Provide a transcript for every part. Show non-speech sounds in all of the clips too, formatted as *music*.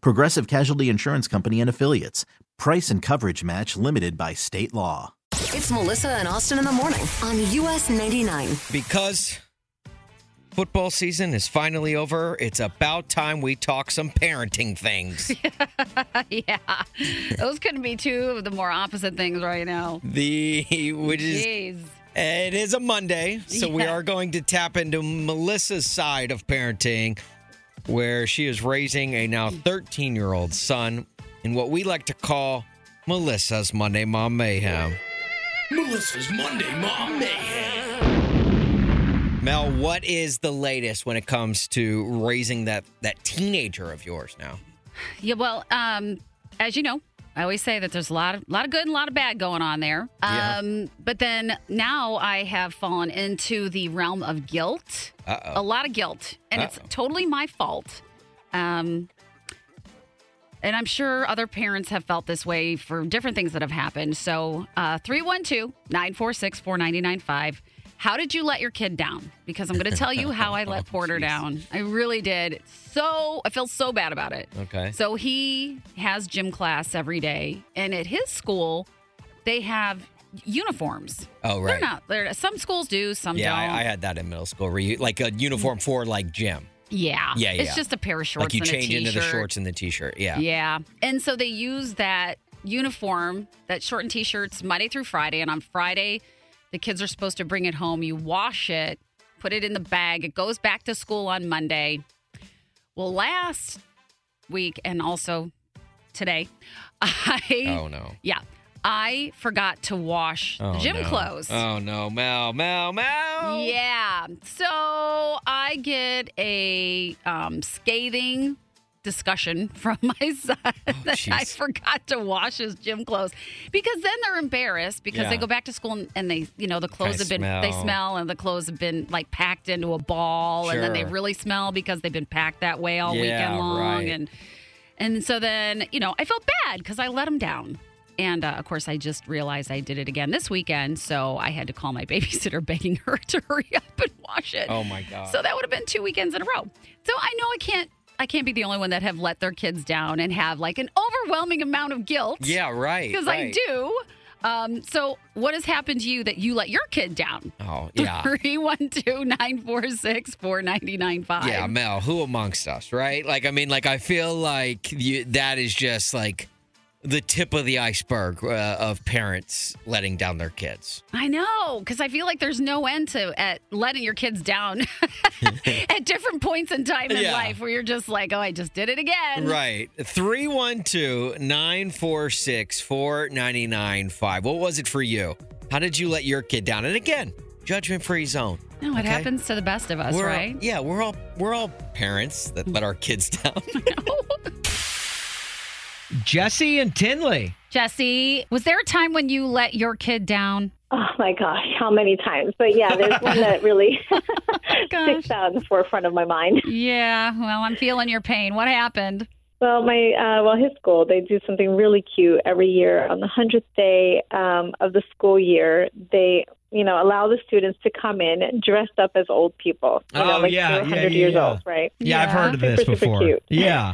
Progressive Casualty Insurance Company and Affiliates. Price and coverage match limited by state law. It's Melissa and Austin in the morning on US 99. Because football season is finally over, it's about time we talk some parenting things. *laughs* yeah. Those couldn't be two of the more opposite things right now. the which is Jeez. it is a Monday, so we Yeah. are going to tap into Melissa's side of parenting where she is raising a now 13-year-old son in what we like to call Melissa's Monday Mom Mayhem. Melissa's Monday Mom Mayhem. Mel, what is the latest when it comes to raising that that teenager of yours now? Yeah, well, um, as you know, I always say that there's a lot of lot of good and a lot of bad going on there. Yeah. Um, but then now I have fallen into the realm of guilt. Uh-oh. A lot of guilt. And it's Uh-oh. totally my fault. Um and I'm sure other parents have felt this way for different things that have happened. So, uh, 312 946 4995. How did you let your kid down? Because I'm going to tell you *laughs* how I let Porter Oh, Jeez. down. I really did. So, I feel so bad about it. Okay. So he has gym class every day, and at his school, they have uniforms. Oh, right. They're not. They're, some schools do, some Yeah, don't. I, I had that in middle school, where you, like a uniform for like gym. yeah, Yeah, yeah. It's just a pair of shorts. Like you and change a into the t-shirt. shorts and the t-shirt. Yeah. Yeah. And so they use that uniform, that short and t shirts, Monday through Friday. And on Friday, the kids are supposed to bring it home. You wash it, put it in the bag. It goes back to school on Monday. Well, last week and also today, *laughs* I. Oh no. Yeah. I forgot to wash Oh, the gym no. clothes. Oh no, Mel, Mel, Mel. Yeah. So I get a um, scathing discussion *laughs* from my son that I Oh, jeez. forgot to wash his gym clothes because then they're embarrassed because Yeah. they go back to school and, and they, you know, the clothes Kinda have been, they smell. smell and the clothes have been like packed into a ball and then they Sure. really smell because they've been packed that way all Yeah, weekend long. right. And, and so then, you know, I felt bad because I let him down. And uh, of course, I just realized I did it again this weekend. So I had to call my *laughs* babysitter begging her to hurry up and wash it. Oh my god. So that would have been two weekends in a row. So I know I can't. I can't be the only one that have let their kids down and have like an overwhelming amount of guilt. yeah, right. because I right. do. Um, so what has happened to you that you let your kid down? Oh yeah. *laughs* three one two nine four six four ninety nine five. Yeah, Mel, who amongst us, right? Like, I mean, like, I feel like you, that is just like the tip of the iceberg uh, of parents letting down their kids. I know, because I feel like there's no end to at letting your kids down *laughs* at different points in time in Yeah. life where you're just like, oh, I just did it again. Right. 312 946 4995. What was it for you? How did you let your kid down? And again, judgment free zone. No, it Okay? happens to the best of us, We're- right? *laughs* Yeah, we're all we're all parents that let our kids *laughs* down. Jesse and Tinley. Jesse, was there a time when you let your kid down? Oh my gosh, how many times? But yeah, there's one that really *laughs* sticks out in the forefront of my mind. Yeah, well, I'm feeling your pain. What happened? Well, my uh, well, his school they do something really cute every year on the hundredth day um, of the school year. They you know allow the students to come in dressed up as old people. You know, Oh, like yeah, they're yeah, 100 yeah, years yeah. old, right? Yeah, I've heard of *laughs* this Super, super before. cute. Yeah.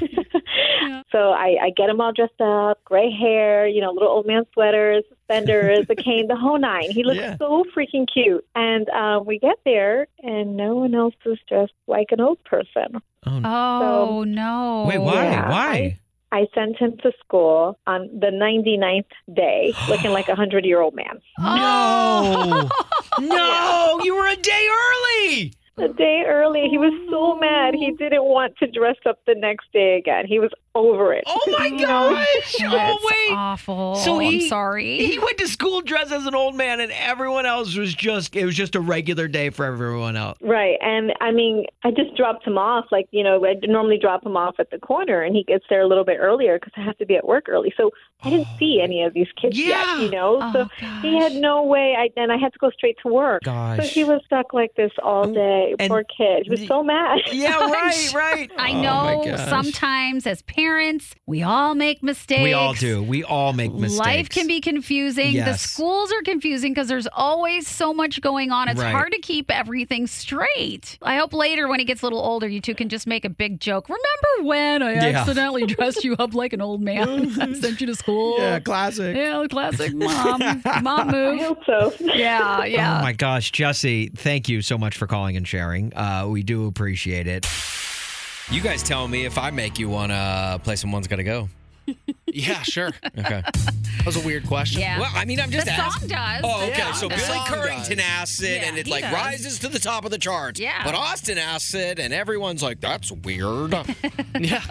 So I, I get them all dressed up, gray hair, you know, little old man sweaters, suspenders, the cane, the whole nine. He looks Yeah. so freaking cute. And um, we get there, and no one else Hmm. is dressed like an old person. Oh, no. Wait, why? Yeah. Why? I sent him to school on the *gasps* 99th day, looking like a 100 year old man. *laughs* No. no, you were a day early. A day early. He was so mad. He didn't want to dress up the next day again. He was over it. Oh *laughs* my gosh. That's oh wait. awful. So he- I'm sorry. He went to school dressed as an old man and everyone else was just it was just a regular day for everyone else. Right. And I mean, I just dropped him off. Like, you know, I'd normally drop him off at the corner and he gets there a little bit earlier because I have to be at work early. So I didn't see any of these kids Oh. Yeah. yet, you know? Oh, so he had gosh. no way. I, and I had to go straight to work. Gosh. So he was stuck like this all day. And- Poor kid. He was so mad. Yeah, right, right. *laughs* I Oh, know my gosh. sometimes as parents, we all make mistakes. We all do. We all make mistakes. Life can be confusing. The Yes. schools are confusing because there's always so much going on. It's Right. hard to keep everything straight. I hope later, when he gets a little older, you two can just make a big joke. Remember when I Yeah. accidentally dressed you up like an *laughs* old man *laughs* and sent you to school? Yeah, classic. Yeah, *laughs* classic mom. *laughs* mom I move. hope so. *laughs* Yeah, yeah. Oh my gosh, Jesse, thank you so much for calling and sharing. Uh, we do appreciate it. You guys tell me if I make you want to play some One's Gotta Go. *laughs* Yeah, sure. Okay. That was a weird question. Yeah. Well, I mean, I'm just The asking. song does. Oh, okay. Yeah. So The Billy song Currington does. asks it, Yeah, and it he like does. rises to the top of the charts. Yeah. But Austin asks it, and everyone's like, "That's *laughs* weird." Yeah,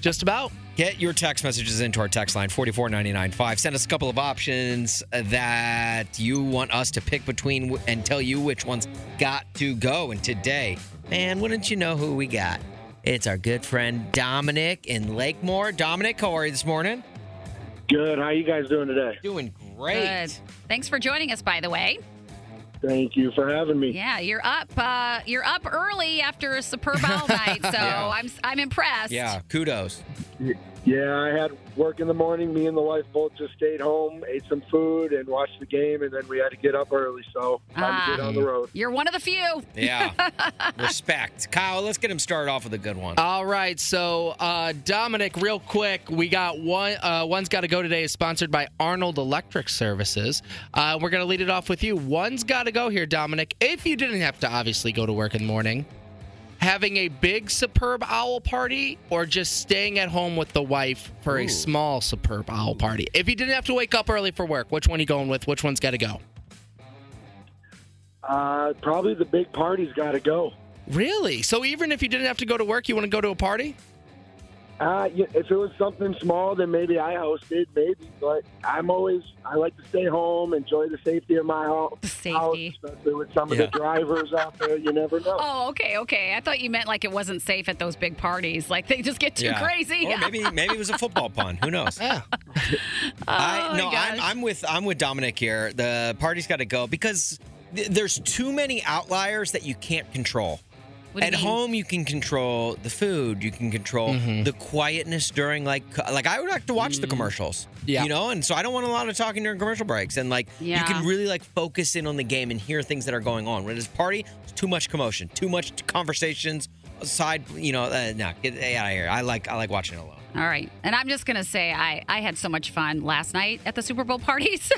just about. Get your text messages into our text line 44995. Send us a couple of options that you want us to pick between w- and tell you which ones got to go. And today, man, wouldn't you know who we got? It's our good friend Dominic in Lakemore. Dominic, how are you this morning? Good. How you guys doing today? Doing great. Good. Thanks for joining us, by the way. Thank you for having me. Yeah, you're up. Uh, you're up early after a superb all *laughs* night, so Yeah. I'm I'm impressed. Yeah, kudos. Yeah, I had work in the morning. Me and the wife both just stayed home, ate some food, and watched the game, and then we had to get up early, so time Ah. to get on the road. You're one of the few. *laughs* Yeah. Respect. Kyle, let's get him started off with a good one. All right, so uh, Dominic, real quick, we got one. Uh, one's got to go today is sponsored by Arnold Electric Services. Uh, we're gonna lead it off with you. One's got to go here, Dominic. If you didn't have to obviously go to work in the morning, having a big superb owl party or just staying at home with the wife for a small superb owl party. If you didn't have to wake up early for work, which one are you going with? Which one's got to go? Uh, probably the big party's got to go. Really? So even if you didn't have to go to work, you want to go to a party? Uh, y- if it was something small, then maybe I hosted, maybe. But I'm always I like to stay home, enjoy the safety of my home, house, Safety. especially with some of Yeah. the drivers out there. You never know. Oh, okay, okay. I thought you meant like it wasn't safe at those big parties. Like they just get too Yeah. crazy. Or *laughs* maybe maybe it was a football pun. Who knows? Yeah. I, my no, I'm, Oh, gosh. I'm with I'm with Dominic here. The party's got to go because th- there's too many outliers that you can't control. What do you At mean? home, you can control the food. You can control the quietness during like like I would like to watch the commercials. *laughs* Yeah. you know, and so I don't want a lot of talking during commercial breaks. And like you Yeah. can really like focus in on the game and hear things that are going on. When it's a party, it's too much commotion, too much conversations. Side, you know, uh, no, get out of here. I like I like watching it alone. All right. And I'm just going to say I, I had so much fun last night at the Super Bowl party. *laughs* So,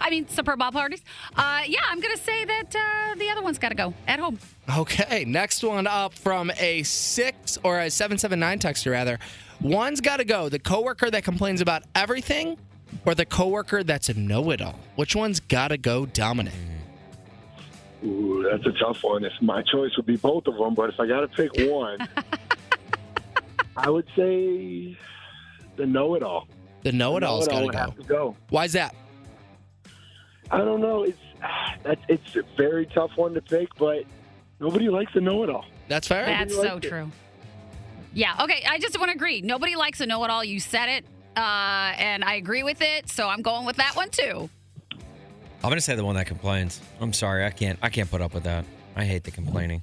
I mean, Super Bowl parties. Uh, yeah, I'm going to say that uh, the other one's got to go at home. Okay, next one up from a six or a seven seven nine texter rather. One's got to go. The coworker that complains about everything, or the coworker that's a know-it-all. Which one's got to go, Dominic? Ooh, that's a tough one. If my choice would be both of them, but if I got to pick one, I would say the know-it-all. The know-it-all's got to would go. have to go. Why's that? I don't know. It's *sighs* that's it's a very tough one to pick, but nobody likes the know-it-all. That's fair. That's liked so it. true. Yeah. Okay. I just want to agree. Nobody likes a know it all. You said it. Uh, and I agree with it. So I'm going with that one too. I'm gonna say the one that complains. I'm sorry, I can't. I can't put up with that. I hate the complaining.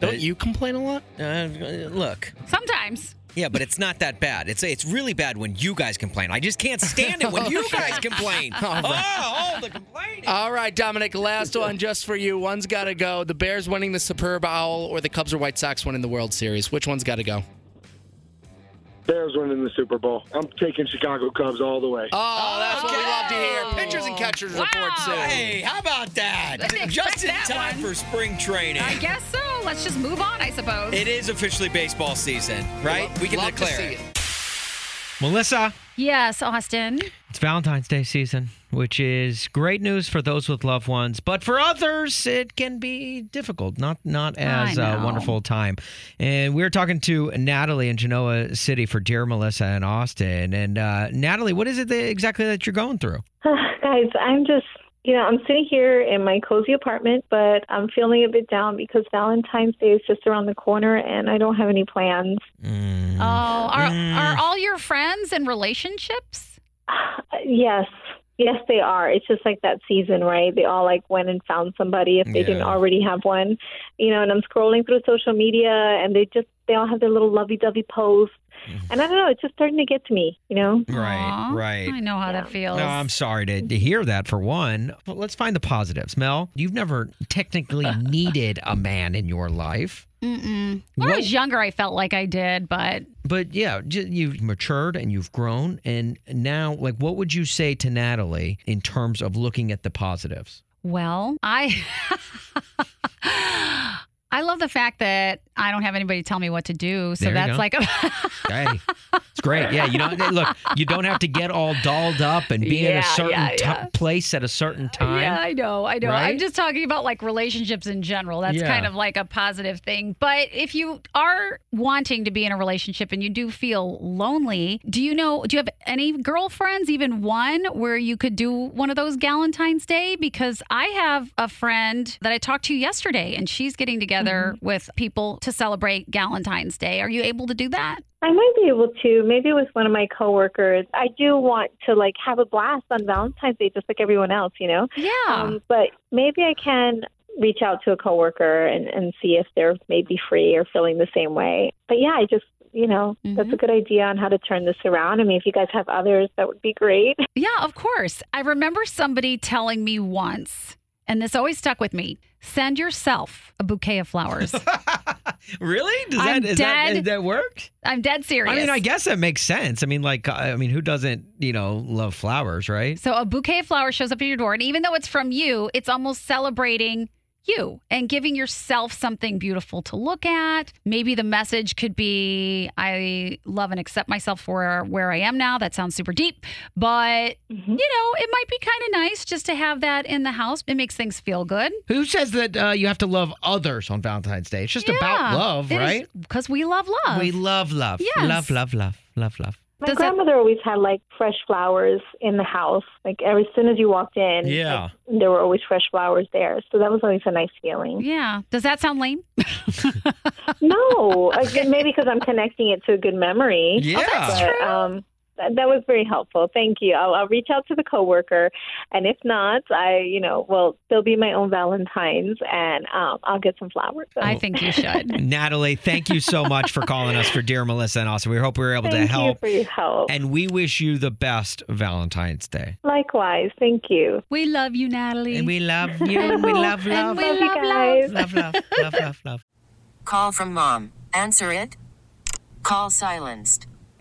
Don't you complain a lot? Uh, look, Sometimes. *laughs* yeah, but it's not that bad. It's it's really bad when you guys complain. I just can't stand it when you guys complain. All Oh, all the complaining. All right, Dominic. *laughs* Last one just for you. One's got to go. The Bears winning the Superb Owl, or the Cubs or White Sox winning the World Series. Which one's got to go? Bears winning the Super Bowl. I'm taking Chicago Cubs all the way. Oh, that's what we Okay. love to hear. Pitchers and catchers Wow. report soon. hey, how about that? Didn't expect Just in that time one. for spring training. I guess so. Let's just move on, I suppose. It is officially baseball season, right? Love- we can love to declare see it. it. Melissa. Yes, Austin. It's Valentine's Day season, which is great news for those with loved ones, but for others, it can be difficult. Not not as I a know. wonderful time. And we were talking to Natalie in Genoa City for Dear Melissa and Austin. And uh, Natalie, what is it that, exactly that you're going through? Guys, I'm just, you know, I'm sitting here in my cozy apartment, but I'm feeling a bit down because Valentine's Day is just around the corner and I don't have any plans. Hmm. Oh, are, are Mm. all your friends in relationships? Uh, Yes. Yes, they are. It's just like that season, right? They all like went and found somebody if they didn't Yeah. already have one. You know, and I'm scrolling through social media and they just, they all have their little lovey dovey posts. And I don't know, it's just starting to get to me, you know? Aw, I know how that feels. No, I'm sorry to, to hear that for one. But let's find the positives. Mel, you've never technically needed a man in your life. Mm-mm. When I was younger, I felt like I did, but But yeah, j- you've matured and you've grown. And now, like, what would you say to Natalie in terms of looking at the positives? well, I *laughs* I love the fact that I don't have anybody tell me what to do. So There you that's go. like a *laughs* Hey, it's great. Yeah, you don't look. You don't have to get all dolled up and be in Yeah, a certain yeah, tu- yeah. place at a certain time. Yeah, I know. I know. Right? I'm just talking about like relationships in general. That's Yeah. kind of like a positive thing. But if you are wanting to be in a relationship and you do feel lonely, do you know, do you have any girlfriends, even one, where you could do one of those Valentine's Day? Because I have a friend that I talked to yesterday and she's getting together Mm-hmm. with people to celebrate Valentine's Day. Are you able to do that? I might be able to, maybe with one of my coworkers. I do want to like have a blast on Valentine's Day, just like everyone else, you know. Yeah. Um, but maybe I can reach out to a coworker and, and see if they're maybe free or feeling the same way. But yeah, I just you know Mm-hmm. that's a good idea on how to turn this around. I mean, if you guys have others, that would be great. *laughs* Yeah, of course. I remember somebody telling me once, and this always stuck with me send yourself a bouquet of flowers. *laughs* Really? Does I'm that, is that dead does that work? I'm dead serious. I mean, I guess that makes sense. I mean, like, I mean, who doesn't you know love flowers, right? So a bouquet of flowers shows up at your door, and even though it's from you, it's almost celebrating you and giving yourself something beautiful to look at. Maybe the message could be I love and accept myself for where I am now. That sounds super deep, but Mm-hmm. you know, it might be kind of nice just to have that in the house. It makes things feel good. Who says that uh, you have to love others on Valentine's Day? It's just about love, right? Because we love love. We love love. Yes. Love, love, love, love, love. My Does that- grandmother always had like fresh flowers in the house. Like as soon as you walked in, Yeah. like, there were always fresh flowers there. So that was always a nice feeling. Yeah. Does that sound lame? No, again, maybe because I'm connecting it to a good memory. Yeah. Oh, that's But, um, that, that was very helpful. Thank you. I'll, I'll reach out to the coworker, and if not, I, you know, will there'll be my own Valentine's, and um, I'll get some flowers. I Oh. think *laughs* you *laughs* should. Natalie, thank you so much for calling us for Dear Melissa and Austin. We hope we were able Thank to you help. for your help. And we wish you the best Valentine's Day. Likewise, thank you. We love you, Natalie. And we love you. And we love, love, we Love you love love. guys. love, love, love, love, love. Call from mom. Answer it. Call silenced.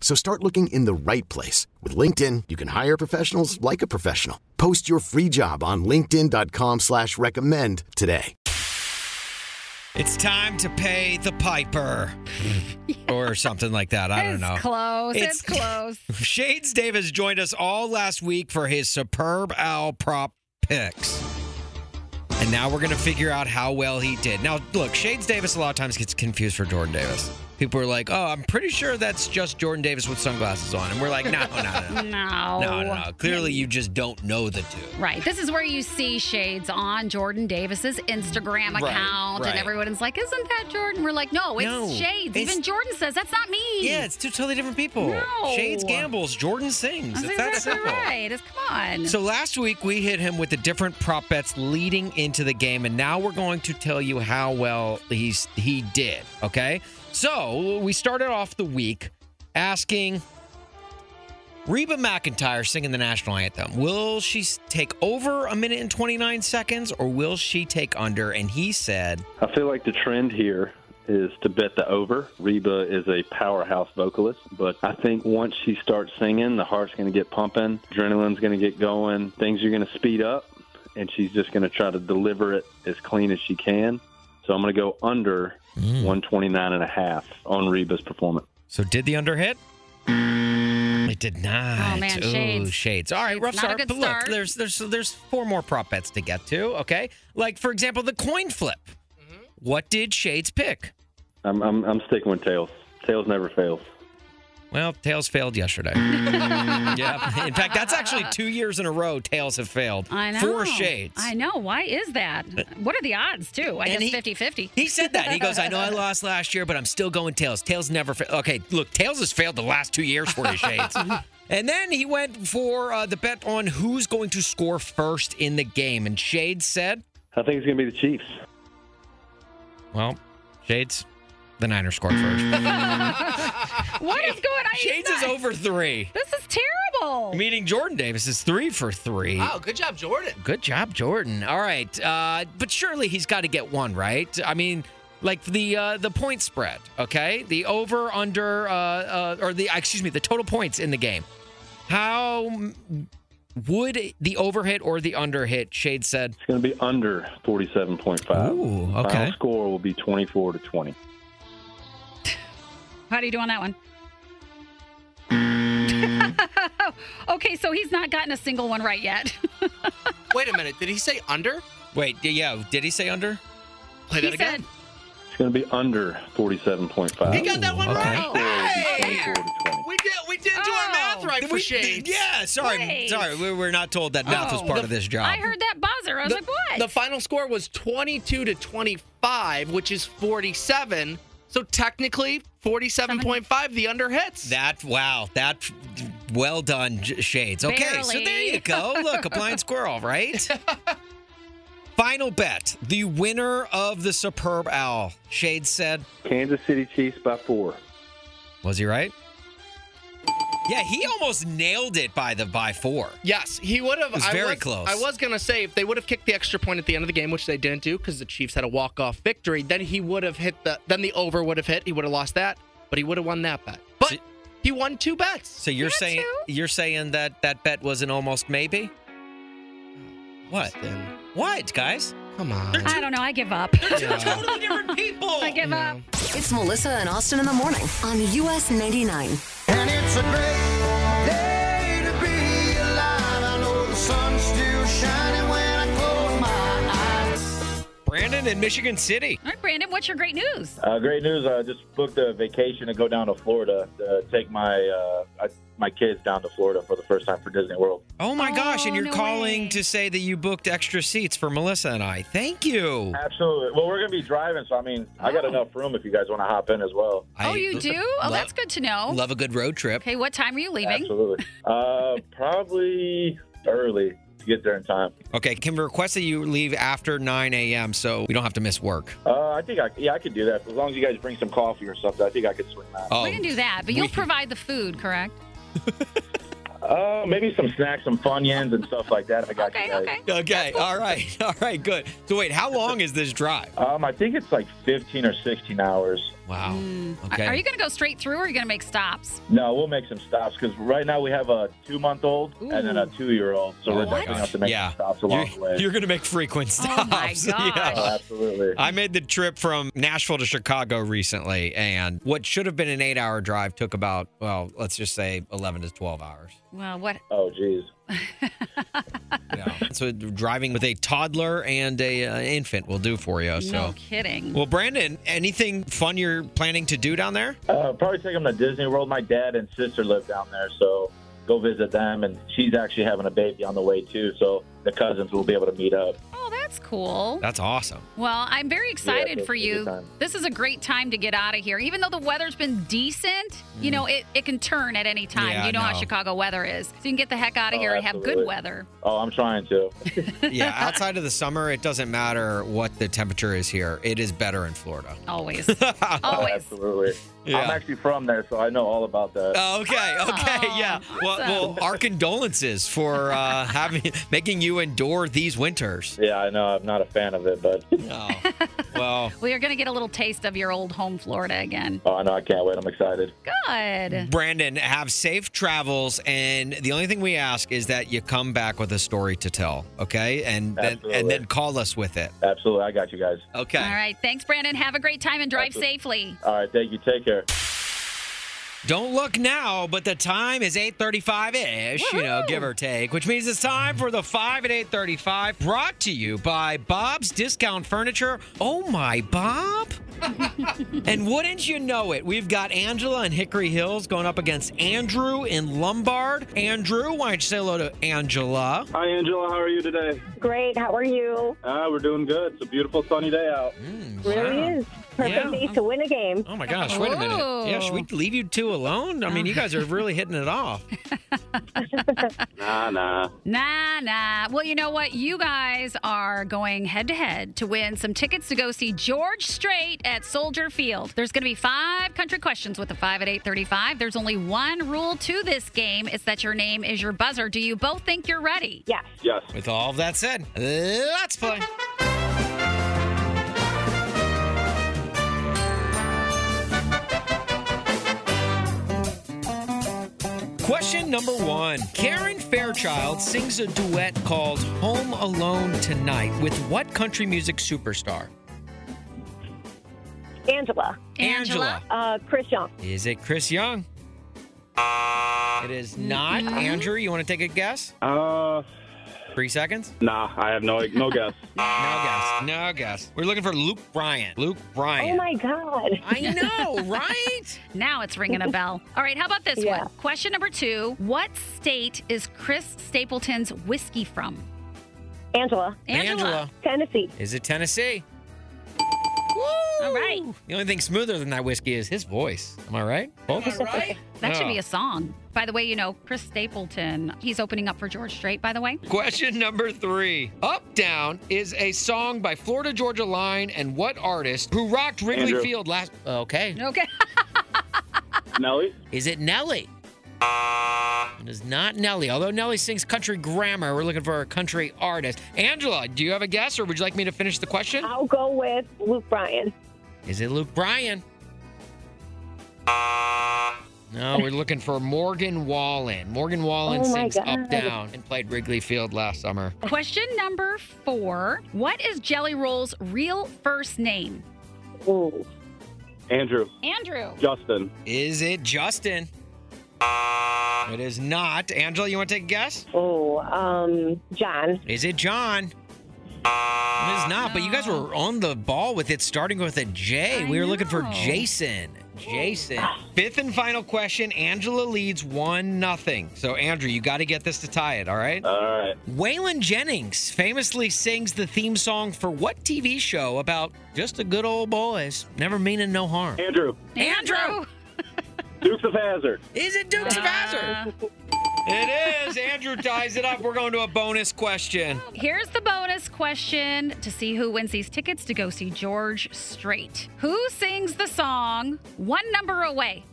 So start looking in the right place. With LinkedIn, you can hire professionals like a professional. Post your free job on linkedin.com slash recommend today. It's time to pay the *laughs* piper, or something like that. I don't know. It's close. It's, close. *laughs* Shades Davis joined us all last week for his superb owl prop picks. And now we're going to figure out how well he did. Now, look, Shades Davis a lot of times gets confused for Jordan Davis. People are like, oh, I'm pretty sure that's just Jordan Davis with sunglasses on. And we're like, no, no, no. *laughs* *laughs* No. No, no, no. Clearly, you just don't know the two. Right. This is where you see shades on Jordan Davis's Instagram account, Right, right. and everyone's like, "Isn't that Jordan?" We're like, "No, it's No, shades." it's- Even Jordan says that's not me. Yeah, it's two totally different people. No. Shades gambles, Jordan sings. that's It's that exactly simple. right. It's come on. So last week we hit him with the different prop bets leading into the game, and now we're going to tell you how well he's he did. Okay, so we started off the week asking Reba McIntyre singing the national anthem. Will she s- take over a minute and twenty nine seconds, or will she take under? And he said, I feel like the trend here is to bet the over. Reba is a powerhouse vocalist, but I think once she starts singing, the heart's going to get pumping, adrenaline's going to get going, things are going to speed up, and she's just going to try to deliver it as clean as she can. So I'm going to go under Mm. 129 and a half on Reba's performance. "So did the under hit?" It did not. Oh, man, Ooh, shades. shades. All right, Shades, rough not a start. good but start. look, there's there's there's four more prop bets to get to. Okay, like for example, the coin flip. What did Shades pick? I'm, I'm, I'm sticking with tails. Tails never fails. Well, tails failed *laughs* yesterday. yeah. In fact, that's actually two years in a row tails have failed. I know. Four shades. Uh, I know. Why is that? What are the odds, too? I And he- guess *laughs* 50 50. He said that. He goes, I know I lost last year, but I'm still going Tails. Tails never failed. Okay, look, Tails has failed the last two years for his shades. and then he went for uh, the bet on who's going to score first in the game. And Shades said, I think it's going to be the Chiefs. Well, Shades, the Niners scored first. What is going on? Shades is over three. This is terrible. Meaning Jordan Davis is three for three. Oh, good job, Jordan. Good job, Jordan. All right, uh, but surely he's got to get one right. I mean, like the uh, the point spread, okay? The over under uh, uh, or the excuse me, the total points in the game. How m- would the over hit or the under hit? Shade said. It's going to be under 47.5. Ooh, Final score will be 24 to 20. How do you do on that one? Mm. *laughs* okay, so he's not gotten a single one right yet. Wait a minute. Did he say under? Wait, d- yeah, did he say under? Play he that again. said, It's going to be under 47.5. he got that one okay. right. Hey! 24 to 20. We did. We did do our Oh. math right for shades. yeah, sorry, Wait. sorry, we were not told that math was Oh. part The- of this job. I heard that buzzer. I was The, like, what? the final score was 22 to 25, which is 47. So technically, 47.5. The under hits. That wow, that well done, J- Shades. Okay, so there Barely. you go. Look, a blind squirrel, right? *laughs* Final bet: the winner of the superb owl. Shades said, Kansas City Chiefs by four. "Was he right?" Yeah, he almost nailed it by the by four. Yes, he would have. was I very was, close. I was gonna say if they would have kicked the extra point at the end of the game, which they didn't do because the Chiefs had a walk-off victory, then he would have hit the. Then the over would have hit. He would have lost that, but he would have won that bet. But So- he won two bets. So you're saying you're saying that that bet was an almost maybe? What? Then What, guys? come on. I don't know. I *laughs* give up. Totally different people. I give up. It's Melissa and Austin in the morning on US 99. And it's a great day to be alive. I know the sun's still shining when I close my eyes. Brandon in Michigan City. All right, Brandon, what's your great news? Uh, great news! I just booked a vacation to go down to Florida to take my uh, I, my kids down to Florida for the first time for Disney World. Oh my gosh, and Oh, you're no calling way. to say that you booked extra seats for Melissa and I. Thank Oh, you. Absolutely. Well, we're going to be driving, so I mean, I got enough room if you guys want to hop in as well. oh, you do? Oh, love, that's good to know. Love a good road trip. Okay, what time are you leaving? Absolutely. Uh, probably early to get there in time. Okay, can we request that you leave after 9 a.m. so we don't have to miss work? Uh, I think I yeah I could do that as long as you guys bring some coffee or something. I think I could swing that. Oh, We can do that, but you'll we- provide the food, correct? Uh, maybe some snacks, some funyuns, and stuff like that. If I got Okay, you guys. okay. okay. All right. *laughs* All right. Good. So wait, how long is this drive? Um, I think it's like 15 or 16 hours. Wow. Mm. Are- Are you going to go straight through or are you going to make stops? No, we'll make some stops because right now we have a two-month-old and then a two-year-old, so we're definitely gonna have to make Yeah. some stops along you're, the way. going to make frequent Oh, my stops. *laughs* gosh. Oh, absolutely. I made the trip from Nashville to Chicago recently, and what should have been an eight hour drive took about, well, let's just say 11 to 12 hours. Well, what? Oh, geez. So driving with a toddler and a uh, infant will do for you. No So, kidding. well, Brandon, anything fun you're planning to do down there? Uh, probably take them to Disney World. My dad and sister live down there, so go visit them. And she's actually having a baby on the way too, so the cousins will be able to meet up. Oh, that's cool. That's awesome. Well, I'm very excited it's for a good you. time. This is a great time to get out of here. Even though the weather's been decent, Mm. you know, it, it can turn at any time. Yeah, you know no. how Chicago weather is. So you can get the heck out of Oh, here and have good absolutely. weather. Oh, I'm trying to. yeah, outside of the summer, it doesn't matter what the temperature is here. It is better in Florida. *laughs* Oh, Always. Always. Absolutely. I'm actually from there, so I know all about that. Oh, okay, okay, yeah. Well, well, our condolences for uh, having making you endure these winters. Yeah, I know. I'm not a fan of it, but *laughs* no. Oh, Well, We are going to get a little taste of your old home, Florida, again. oh no, I can't wait. I'm excited. Good. Brandon, have safe travels, and the only thing we ask is that you come back with a story to tell, okay? And then, and then call us with it. Absolutely, I got you guys. Okay. All right. Thanks, Brandon. Have a great time and drive Absolutely. safely. All right, thank you. Take care. Don't look now, but the time is 8:35-ish, you know, give or take, which means it's time for the 5 at 8:35 brought to you by Bob's Discount Furniture. Oh my Bob. and wouldn't you know it, we've got Angela in Hickory Hills going up against Andrew in Lombard. Andrew, why don't you say hello to Angela? Hi, Angela. How are you today? Great. How are you? Ah, we're doing good. It's a beautiful sunny day out. Really is. Perfect Yeah. day to win a game. Oh my gosh, wait a minute. Yeah, should we leave you two alone? I mean, you guys are really hitting it off. Nah, nah. Nah, nah. Well, you know what? You guys are going head to head to win some tickets to go see George Strait at Soldier Field. There's going to be five country questions with the five at 8:35. There's only one rule to this game: it's that your name is your buzzer. Do you both think you're ready? Yes. Yes. With all of that said, let's play. Question number one Karen Fairchild sings a duet called Home Alone Tonight with what country music superstar? Angela. Angela. Uh, Chris Young. Is it Chris Young? It is not. Mm-hmm. Andrew, you want to take a guess? Uh, Three seconds? Nah, I have no no guess. No guess. No guess. We're looking for Luke Bryant. Luke Bryant. Oh my God. I know, right? Now it's ringing a bell. All right, how about this Yeah. one? Question number two: What state is Chris Stapleton's whiskey from? Angela. *laughs* Angela. Tennessee. Is it Tennessee? All right. The only thing smoother than that whiskey is his voice. Am I right? Folks? That should Oh. be a song. By the way, you know, Chris Stapleton, he's opening up for George Strait, by the way. Question number three. Up Down is a song by Florida Georgia Line and what artist who rocked Wrigley Andrew. Field last. Oh, Okay. Okay. Nelly? Is it Nelly? It is not Nelly. Although Nelly sings country grammar, we're looking for a country artist. Angela, do you have a guess or would you like me to finish the question? I'll go with Luke Bryan. Is it Luke Bryan? No, we're looking for Morgan Wallen. Morgan Wallen Oh, my sings Up God. Down and played Wrigley Field last summer. Question number four What is Jelly Roll's real first name? Ooh. Andrew. Andrew. Justin. Is it Justin? It is not. Angela, you want to take a guess? Oh, um, John. Is it John? It is not, but you guys were on the ball with it starting with a J. we were looking for Jason. Jason. Fifth and final question. Angela leads one nothing. So Andrew, you got to get this to tie it, all right? All right. Waylon Jennings famously sings the theme song for what TV show about just the good old boys, never meaning no harm? Andrew. Andrew. Dukes of Hazard. Is it Dukes of Hazard? It is. Andrew ties it up. We're going to a bonus question. Here's the bonus question to see who wins these tickets to go see George Strait. Who sings the song One Number Away?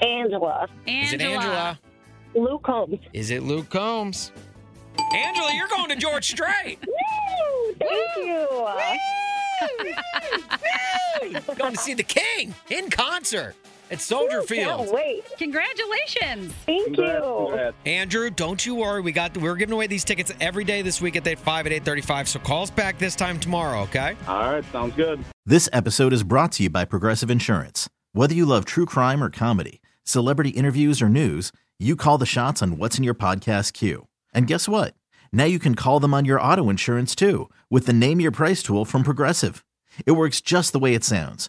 Angela. Is it Angela? Luke Combs. Is it Luke Combs? Angela, you're going to George Strait. Woo! Thank you. Going to see the King in concert at Soldier Field. wait. Congratulations. Thank Andrew, don't you worry. We got we're giving away these tickets every day this week at 5 at 835. So call us back this time tomorrow, okay? All right, sounds good. This episode is brought to you by Progressive Insurance. Whether you love true crime or comedy, celebrity interviews or news, you call the shots on what's in your podcast queue. And guess what? Now you can call them on your auto insurance too with the Name Your Price tool from Progressive. It works just the way it sounds.